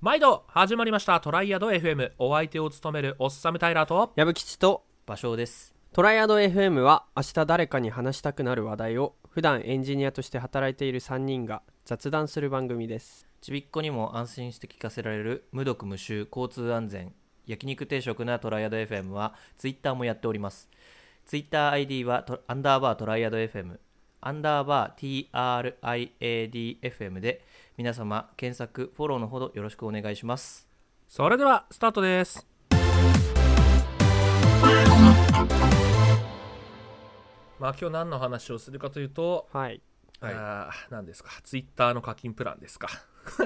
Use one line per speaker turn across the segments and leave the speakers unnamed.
毎度始まりましたトライアド FM お相手を務めるオッサムタイラーと
矢吹吉と
場所です
トライアド FM は明日誰かに話したくなる話題を普段エンジニアとして働いている3人が雑談する番組です
ちびっこにも安心して聞かせられる無毒無臭交通安全焼肉定食なトライアド FM はツイッターもやっておりますツイッター ID はトアンダーバートライアド FM アンダーバー TRIADFM で皆様検索フォローのほどよろしくお願いします
それではスタートですまあ今日何の話をするかというと、
はい
はい
あー何ですかツイッターの課金プランですか
そ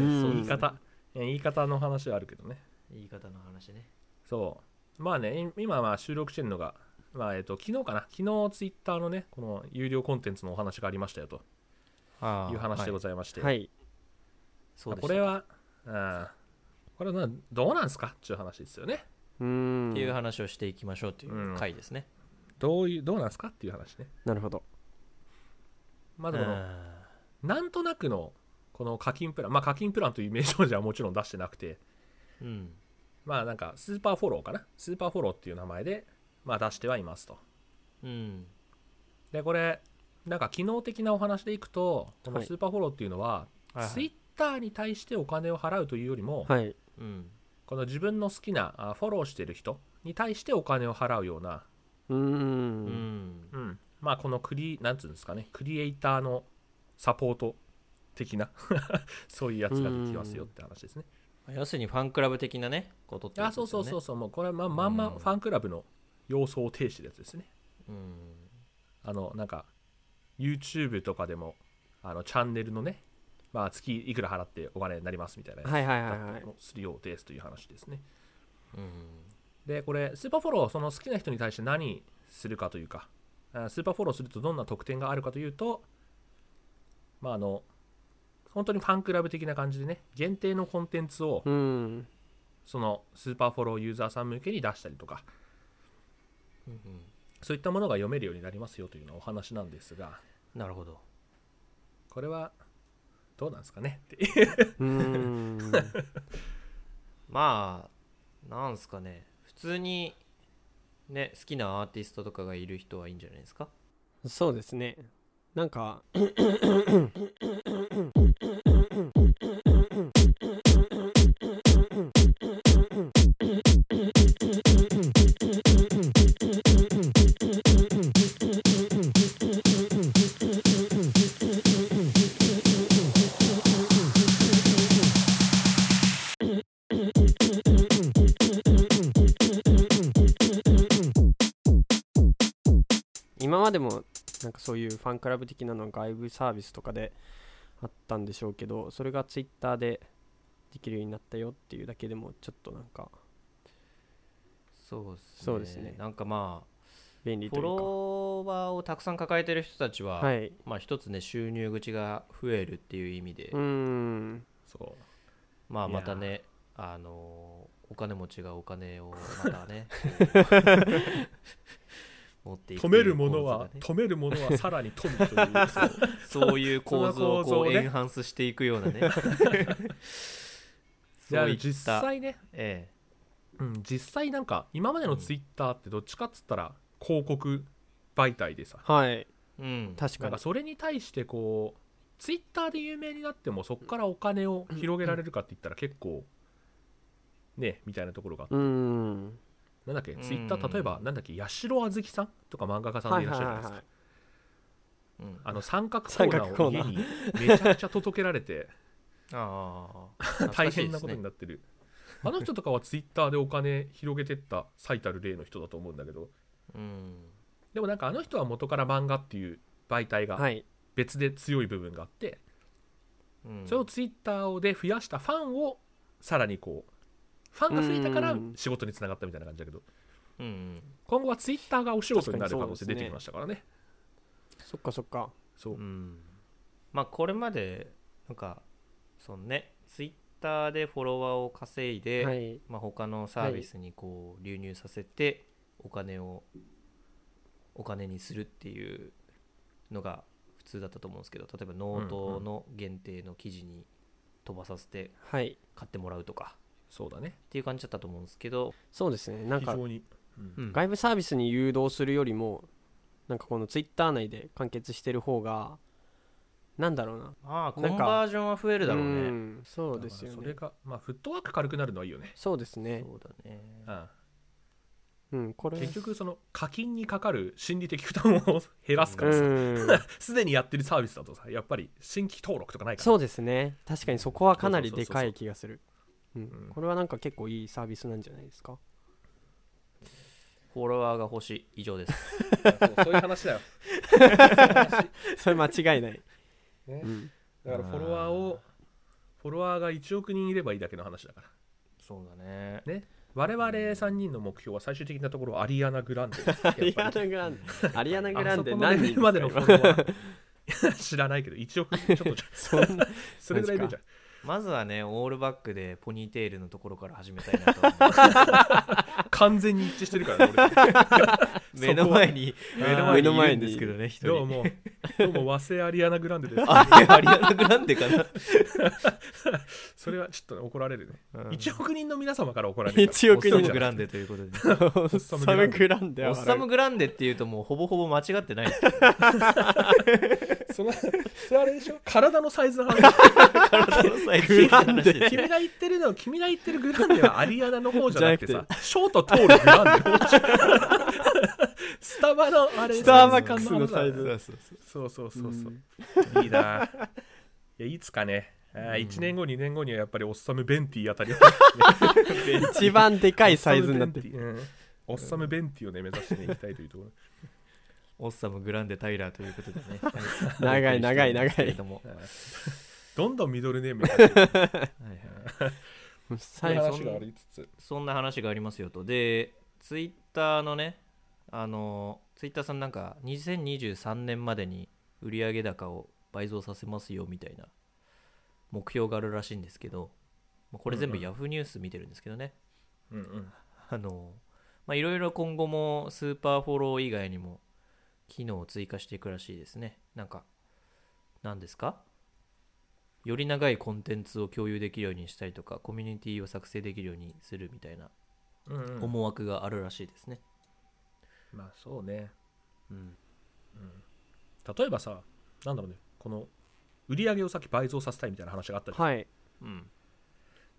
う
言い方え言い方の話はあるけどね
言い方の話ね
そうまあねい今は収録してるのがまあえっと昨日かな昨日ツイッターのねこの有料コンテンツのお話がありましたよと
あ
いう話でご
い
ざいまして、
はい
ます、そうでした
これは、うん、これはなどうなんですかっていう話ですよね
うーん
っていう話をしていきましょうという回ですね、
どういうどうなんですかっていう話ね
なるほど
ま
う
ずこの、
ん
なんとなくのこの課金プランまあ課金プランという名称じゃもちろん出してなくて
うん
まあなんかスーパーフォローかなスーパーフォローっていう名前で、まあ、出してはいますと
うん
でこれなんか機能的なお話でいくとこの
はい
スーパーフォローっていうのは、
はいはい
ツイッターに対してお金を払うというよりも、
はい
うん
この自分の好きなあフォローしてる人に対してお金を払うような、
うー
うんん
うんまあこのクリなんつうんですかねクリエイターのサポート的な そういうやつができますよって話ですね
要するにファンクラブ的なねことってこと
あそうそうそう
そ
そうもうこれはままんま
うん
ファンクラブの様相を呈してるやつですね
う、うん、
あのなんか YouTube とかでもあのチャンネルのね、まあ、月いくら払ってお金になりますみたいなやつ
はいはいはいはい
をするようですという話ですね
うん
でこれスーパーフォローその好きな人に対して何するかというかあスーパーフォローするとどんな特典があるかというとまああの本当にファンクラブ的な感じでね限定のコンテンツを
うーん
そのスーパーフォローユーザーさん向けに出したりとかそういったものが読めるようになりますよというのはお話なんですが、
なるほど
これはどうなんですかねって。
うー ん
まあなんすかね普通にね好きなアーティストとかがいる人はいいんじゃないですか
そうですねなんか今までもなんかそういうファンクラブ的なのは外部サービスとかであったんでしょうけどそれがツイッターでできるようになったよっていうだけでもちょっとなんか
そうですね
そうですね
なんかま
便
あ
利
フ
という
ォ
か
ロワーをたくさん抱えてる人たちは、
はい
まあ一つね収入口が増えるっていう意味で、
うーん
そう。
まあ
いや
またねあのーお金持ちがお金をま たね持っていくと
止
いう
めるもの
構
は、
図が ね
止めるものはさらに富という。そう
そういう構図を
その構
こ
造を
う
ね
エンハンスしていくような ね
いや
そういった
実際ね、
え
うん、実際なんか、今までのツイッターってどっちかっつったら、広告媒体でさ、
はい
えうん
確
な
か
ん
に
かそれに対してこう、ツイッターで有名になっても、そこからお金を広げられるかって言ったら結構、ね、みたいなところが、
うーん
なんだっけ、
うん
ツイッター、例えば、なんだっけ、八代あずきさんとか漫画家さん
は
で
い
いらっ
は
しゃ
い
るじゃ
は
ない
い
ですか
は。い
うんあ
あの三角コーナーを家にめちゃくちゃ届けられて
あ
大変なことに
な
なってる、あの人とかはツイッターでお金広げてった最たる例の人だと思うんだけど
うん
でもなんかあの人は元から漫画っていう媒体
は
が
い
別で強い部分があって、
うん
それをツイッターで増やしたファンをさらにこうファンが増えたから
うん
仕事につながったみたいな感じだけど
うん
今後はツイッターがお仕事になる可能性
確かにそうですね
出てきましたからね
そっかそっか
そうう、
んまあこれまでなんかそのねツイッターでフォロワーを稼いで、
はい
まあ、他のサービスにこう流入させてお金をお金にするっていうのが普通だったと思うんですけど例えばノートの限定の記事に飛ばさせて
はい
買ってもらうとか
そうだね
っていう感じだったと思うんですけど、
そうですねなん
非
か
常に、うん
うん
外部サービスに誘導するよりもなんかこのツイッター内で完結してる方がなんだろうな
まあコ
なん
ン
か
バージョンは増えるだろう
う
ね
んそうですよ
だからそれ
ね
が、まあ、フットワーク軽くなるのはいいよね、
そうですね
そうだね
うん、
うんこれ
結局その課金にかかる心理的負担を 減らすから
う
さ
ん
すで、にやってるサービスだとさやっぱり新規登録とかないから
そうですね確かにそこはかなりでかい気がするう
うんん
これはなんか結構いいサービスなんじゃないですか
フォロワーが欲しい以上です
そうそういう話だよ
それ間違いない
ね
うん
だからフォロワーをフォロワーが1億人いればいいだけの話だから
そうだね
我々3人の目標は最終的なところアリアナ・グランデですやっ
アリ
ぱり
アナグラン デアリアナグランデ
あそこのレ
何
ベ
人
ルまで のフォロワーいや知らないけど1億ちょっとじゃ
そんな
それぐらいでじゃん
まずはねオールバックでポニーテールのところから始めたいなと思います
完全に一致してるからね俺
目の前に
目
目
の
の
前
前
に
にいるんですけ どね一人
どうもどうも和製アリアナ・グランデです
あれアリアナグランデ かな、
それはちょっとね怒られるね
うん
1億人の皆様から怒られるか
1
オ
億
ッサム
人
グランデということで
オッサムグランデ
オ
は
ッサムグランデっていうともうほぼほぼ間違ってない ですけど
らそのそれあれでしょ体のサイズの話
体のサイズ的な話 です
君が言ってるの君が言ってるグランデはアリアナの方じゃなくて
じゃな
さショート通るグランデの方じゃんスタバのあれ
スタバカスのサイズ
そう
そうそう
そうそうそうう、
ん
いいないやいつかねあ1年後2年後にはやっぱりオッサムベンティあたりを
一番でかいサイズになってる
オッサムベンティをね目指してねいきたいというところ
オッサムグランデタイラーということでね
長い長い長い
けれども
どんどんミドルネームになってくる
はいはい
そういう
最
話がありつつ
そんな話がありますよと。で、ツイッターのね、あの、ツイッターさんなんか、2023年までに売上高を倍増させますよみたいな目標があるらしいんですけど、まあこれ全部
うんうん
Yahoo ニュース見てるんですけどね、
うんうん
あの、まあいろいろ今後もスーパーフォロー以外にも機能を追加していくらしいですね。なんか、何ですかより長いコンテンツを共有できるようにしたりとか、コミュニティを作成できるようにするみたいな
うんうん
思惑があるらしいですね。
まあそうね
うん、
例えばさなんだろうねこの売り上げをさっき倍増させたいみたいな話があったじゃん
はい
うん、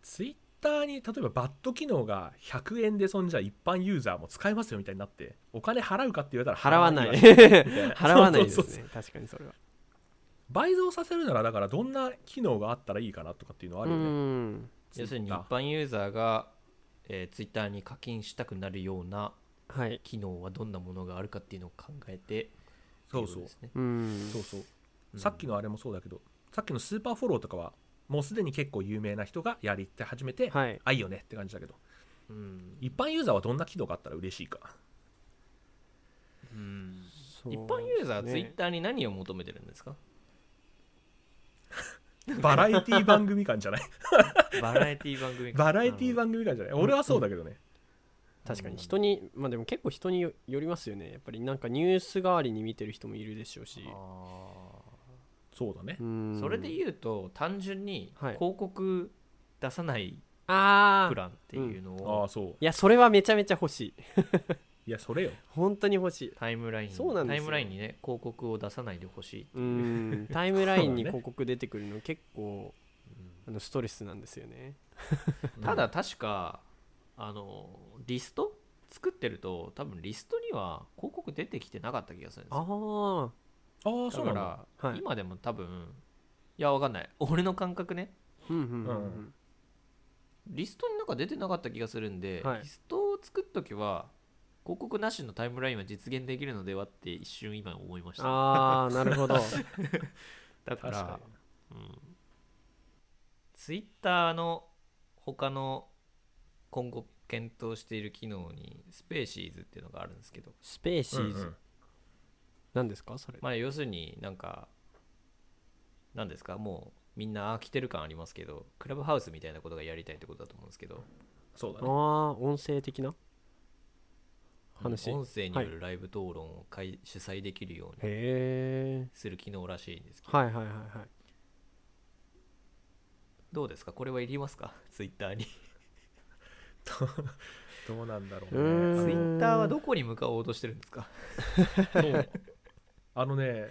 ツイッターに例えばバット機能が100円でそんじゃ一般ユーザーも使えますよみたいになってお金払うかって言われたら
払わない
わけ
払わないです
そうそう
ね確かにそれは
倍増させるならだからどんな機能があったらいいかなとかっていうのはあ
う
るよね
ん
要するに一
Twitter
般ユーザーが、えツイッター Twitter に課金したくなるような
はい
機能はどんなものがあるかっていうのを考えて
そうそう
っていことですね
うん
そうそう、さっきのあれもそうだけどさっきのスーパーフォローとかはもうすでに結構有名な人がやりって始めて、
はい
あいいよねって感じだけど
うん
一般ユーザーはどんな機能があったら嬉しいか
うん
そう
一般ユーザーは
ね
ツイッターに何を求めてるんですか
バラエティ番組感じゃない
バラエティ番組か
バラエティ番組感じゃない俺はそうだけどね、
確かに人にまあでも結構人によよりますよねやっぱりなんかニュース代わりに見てる人もいるでしょうし
あ
そうだね
ーそれで言うと単純に
はい
広告出さない
ああ
プランっていうの
ああ
を
そう
いやそれはめちゃめちゃ欲しい
いやそれよ
本当に欲しい
タイムライン
そうなんです
タ
よ
イムラインにね広告を出さないでほしいって
う
いうん
タイムラインに
そうだね
広告出てくるの結構あのストレスなんですよね
ただ確か、あのリスト作ってると多分リストには広告出てきてなかった気がするんです
あ
よ
あ
ああ
だ
そう
か
なん
ら
だ
はい
今でも多分いやわかんない俺の感覚ね
うんうんう
うんん
リストになんか出てなかった気がするんで、
はい
リストを作っときは広告なしのタイムラインは実現できるのではって一瞬今思いました
ああなるほど
だか
確から
ツイッターの他の今後検討している機能にスペーシーズっていうのがあるんですけど
スペーシ
にうん
ー
う
ズ
ん
なんですかそれ
まあ要するになんかなんですかもうみんな飽きてる感ありますけどクラブハウスみたいなことがやりたいってことだと思うんですけど
そうだ
あ
ね
あ音声的な話へ
音声によるライブ討論を開、主催できるように
え
する機能らしいんですけど
はいはいはいはい
どうですかこれはいりますか ツイッターに
どうなんだろう
う
ツイ
ー
ね。
ん
ッターはどこに向かおうとしてるんですか
あのそ うあのね、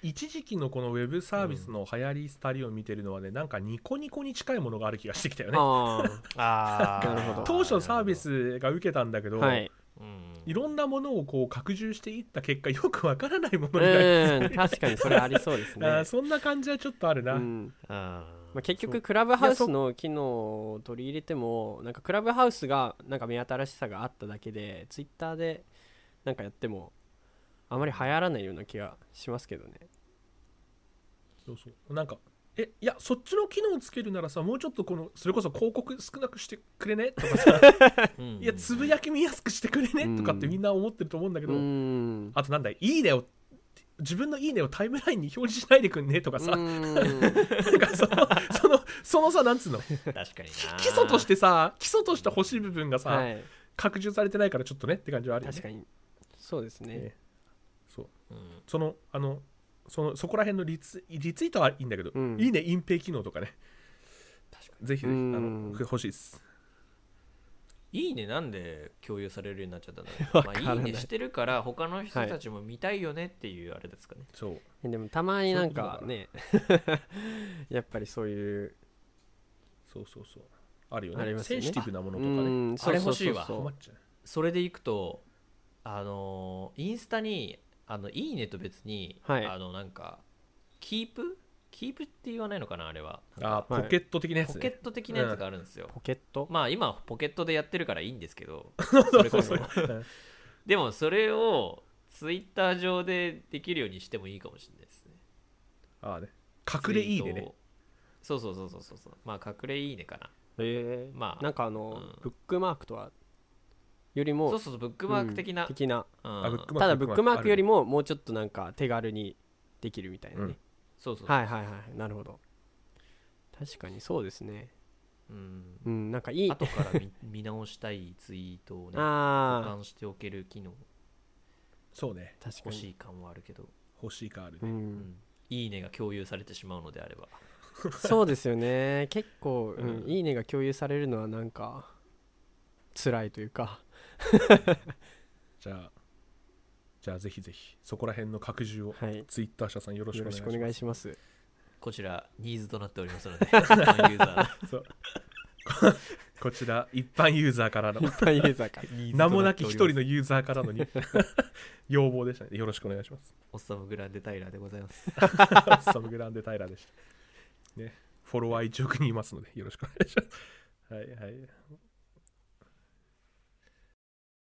一時期のこのウェブサービスの流行り廃りを見てるのはね、なんかニコニコに近いものがある気がしてきたよね。
あ
あ
ーなるほど
当初サービ、スが受けたんだけ
あ
ど、
はい
うん
いろんなものをこう拡充していった結果よくわからないも
う
のになり
ん 確かにそれありそうですね
あーそんな感じはちょっとあるな、
うん
あー
まあ、結局クラブハウスの機能を取り入れてもなんかクラブハウスがなんか目新しさがあっただけでツイッターでなんかやってもあまり流行らないような気がしますけどね
そうそうなんかえいやそっちの機能つけるならさもうちょっとこのそれこそ広告少なくしてくれねとかさ
うん
いやつぶやき見やすくしてくれ
う
ね
ん
とかってみんな思ってると思うんだけ
う
ど、
ん
あとなんだいいねを自分のいいねをタイムラインに表示しないでくんねとかさ、なんか そのそのそのさなんつうの
確かにな
基礎としてさ基礎として欲しい部分がさ、
はい
拡充されてないからちょっとねって感じはあるよね
確かにそうですね
えそう
うん
そのあのそのそこら辺のリツリツイートはいいんだけど、
うん
いいね隠蔽機能とかねぜひぜひあ
うん
の欲しいです
いいねなんで共有されるようになっちゃったんだ
わか
ろう、
ら
ま
な
あ、
い
いいねしてるから他の人たちも見たいよねっていうあれですかね、
そう
えでもたまになんか
そう
ね やっぱりそういう
そうそうそうあるよ
あ
ね
ります
セ
よ
ン
ね
シティブなもの
う
とかね
んそうそうそう
あれ欲しいわ
そう
困っちゃう
それでいくとあのーインスタにあのいいねと別に、
はい
あのなんかキープキープって言わないのかなあれはなん
あ
か
ーポケット的なやつ、
ポ
ね
ケット的なやつがあるんですよ、
ポケット
まあ今ポケットでやってるからいいんですけど それこそ
うん
でもそれをツイッター上でできるようにしてもいいかもしれないですね
あーね隠れいいね
ツイー
ね
トをそうそうそうそうそうそうまあ隠れいいねかな
ええ
まあ
なんかあの
うん
ブックマークとはよりも
そうそうそうブックマーク的な、
うん的な
うん
あブックマーク
ただブックマークより
も
ももうちょっとなんか手軽にできるみたいなね、
そうそう、
はいはいはいなるほど確かにそうですね
うん
うんなんかいいあ
後から見見直したいツイー トをね保
あ
管しておける機能
そうね
ー確か
欲し
に
い感はあるけど、
欲しいかある
う、
ね、
うんんいいねが共有されてしまうのであれば
そうですよ ね結構、うん
うん
いいねが共有されるのはなんか辛いというか
じゃあじゃあぜひぜひそこら辺の拡充を
はい
ツイッター社さんよろしく
よ
お願い
ろ
し
し
ま
くお
す
願いします
こちらニーズとなっておりますので 一般ユーザ
こちら一般ユーザーから の
一般ユーザーから
ー
名もなき一人のユーザーからのに 要望でしたねよろしくお願いします
オッサムグランデタイラーでございます
サムグランデ・タイラーでした。ね、フォロワー1億人いますので、よろしくお願いします。はいはい。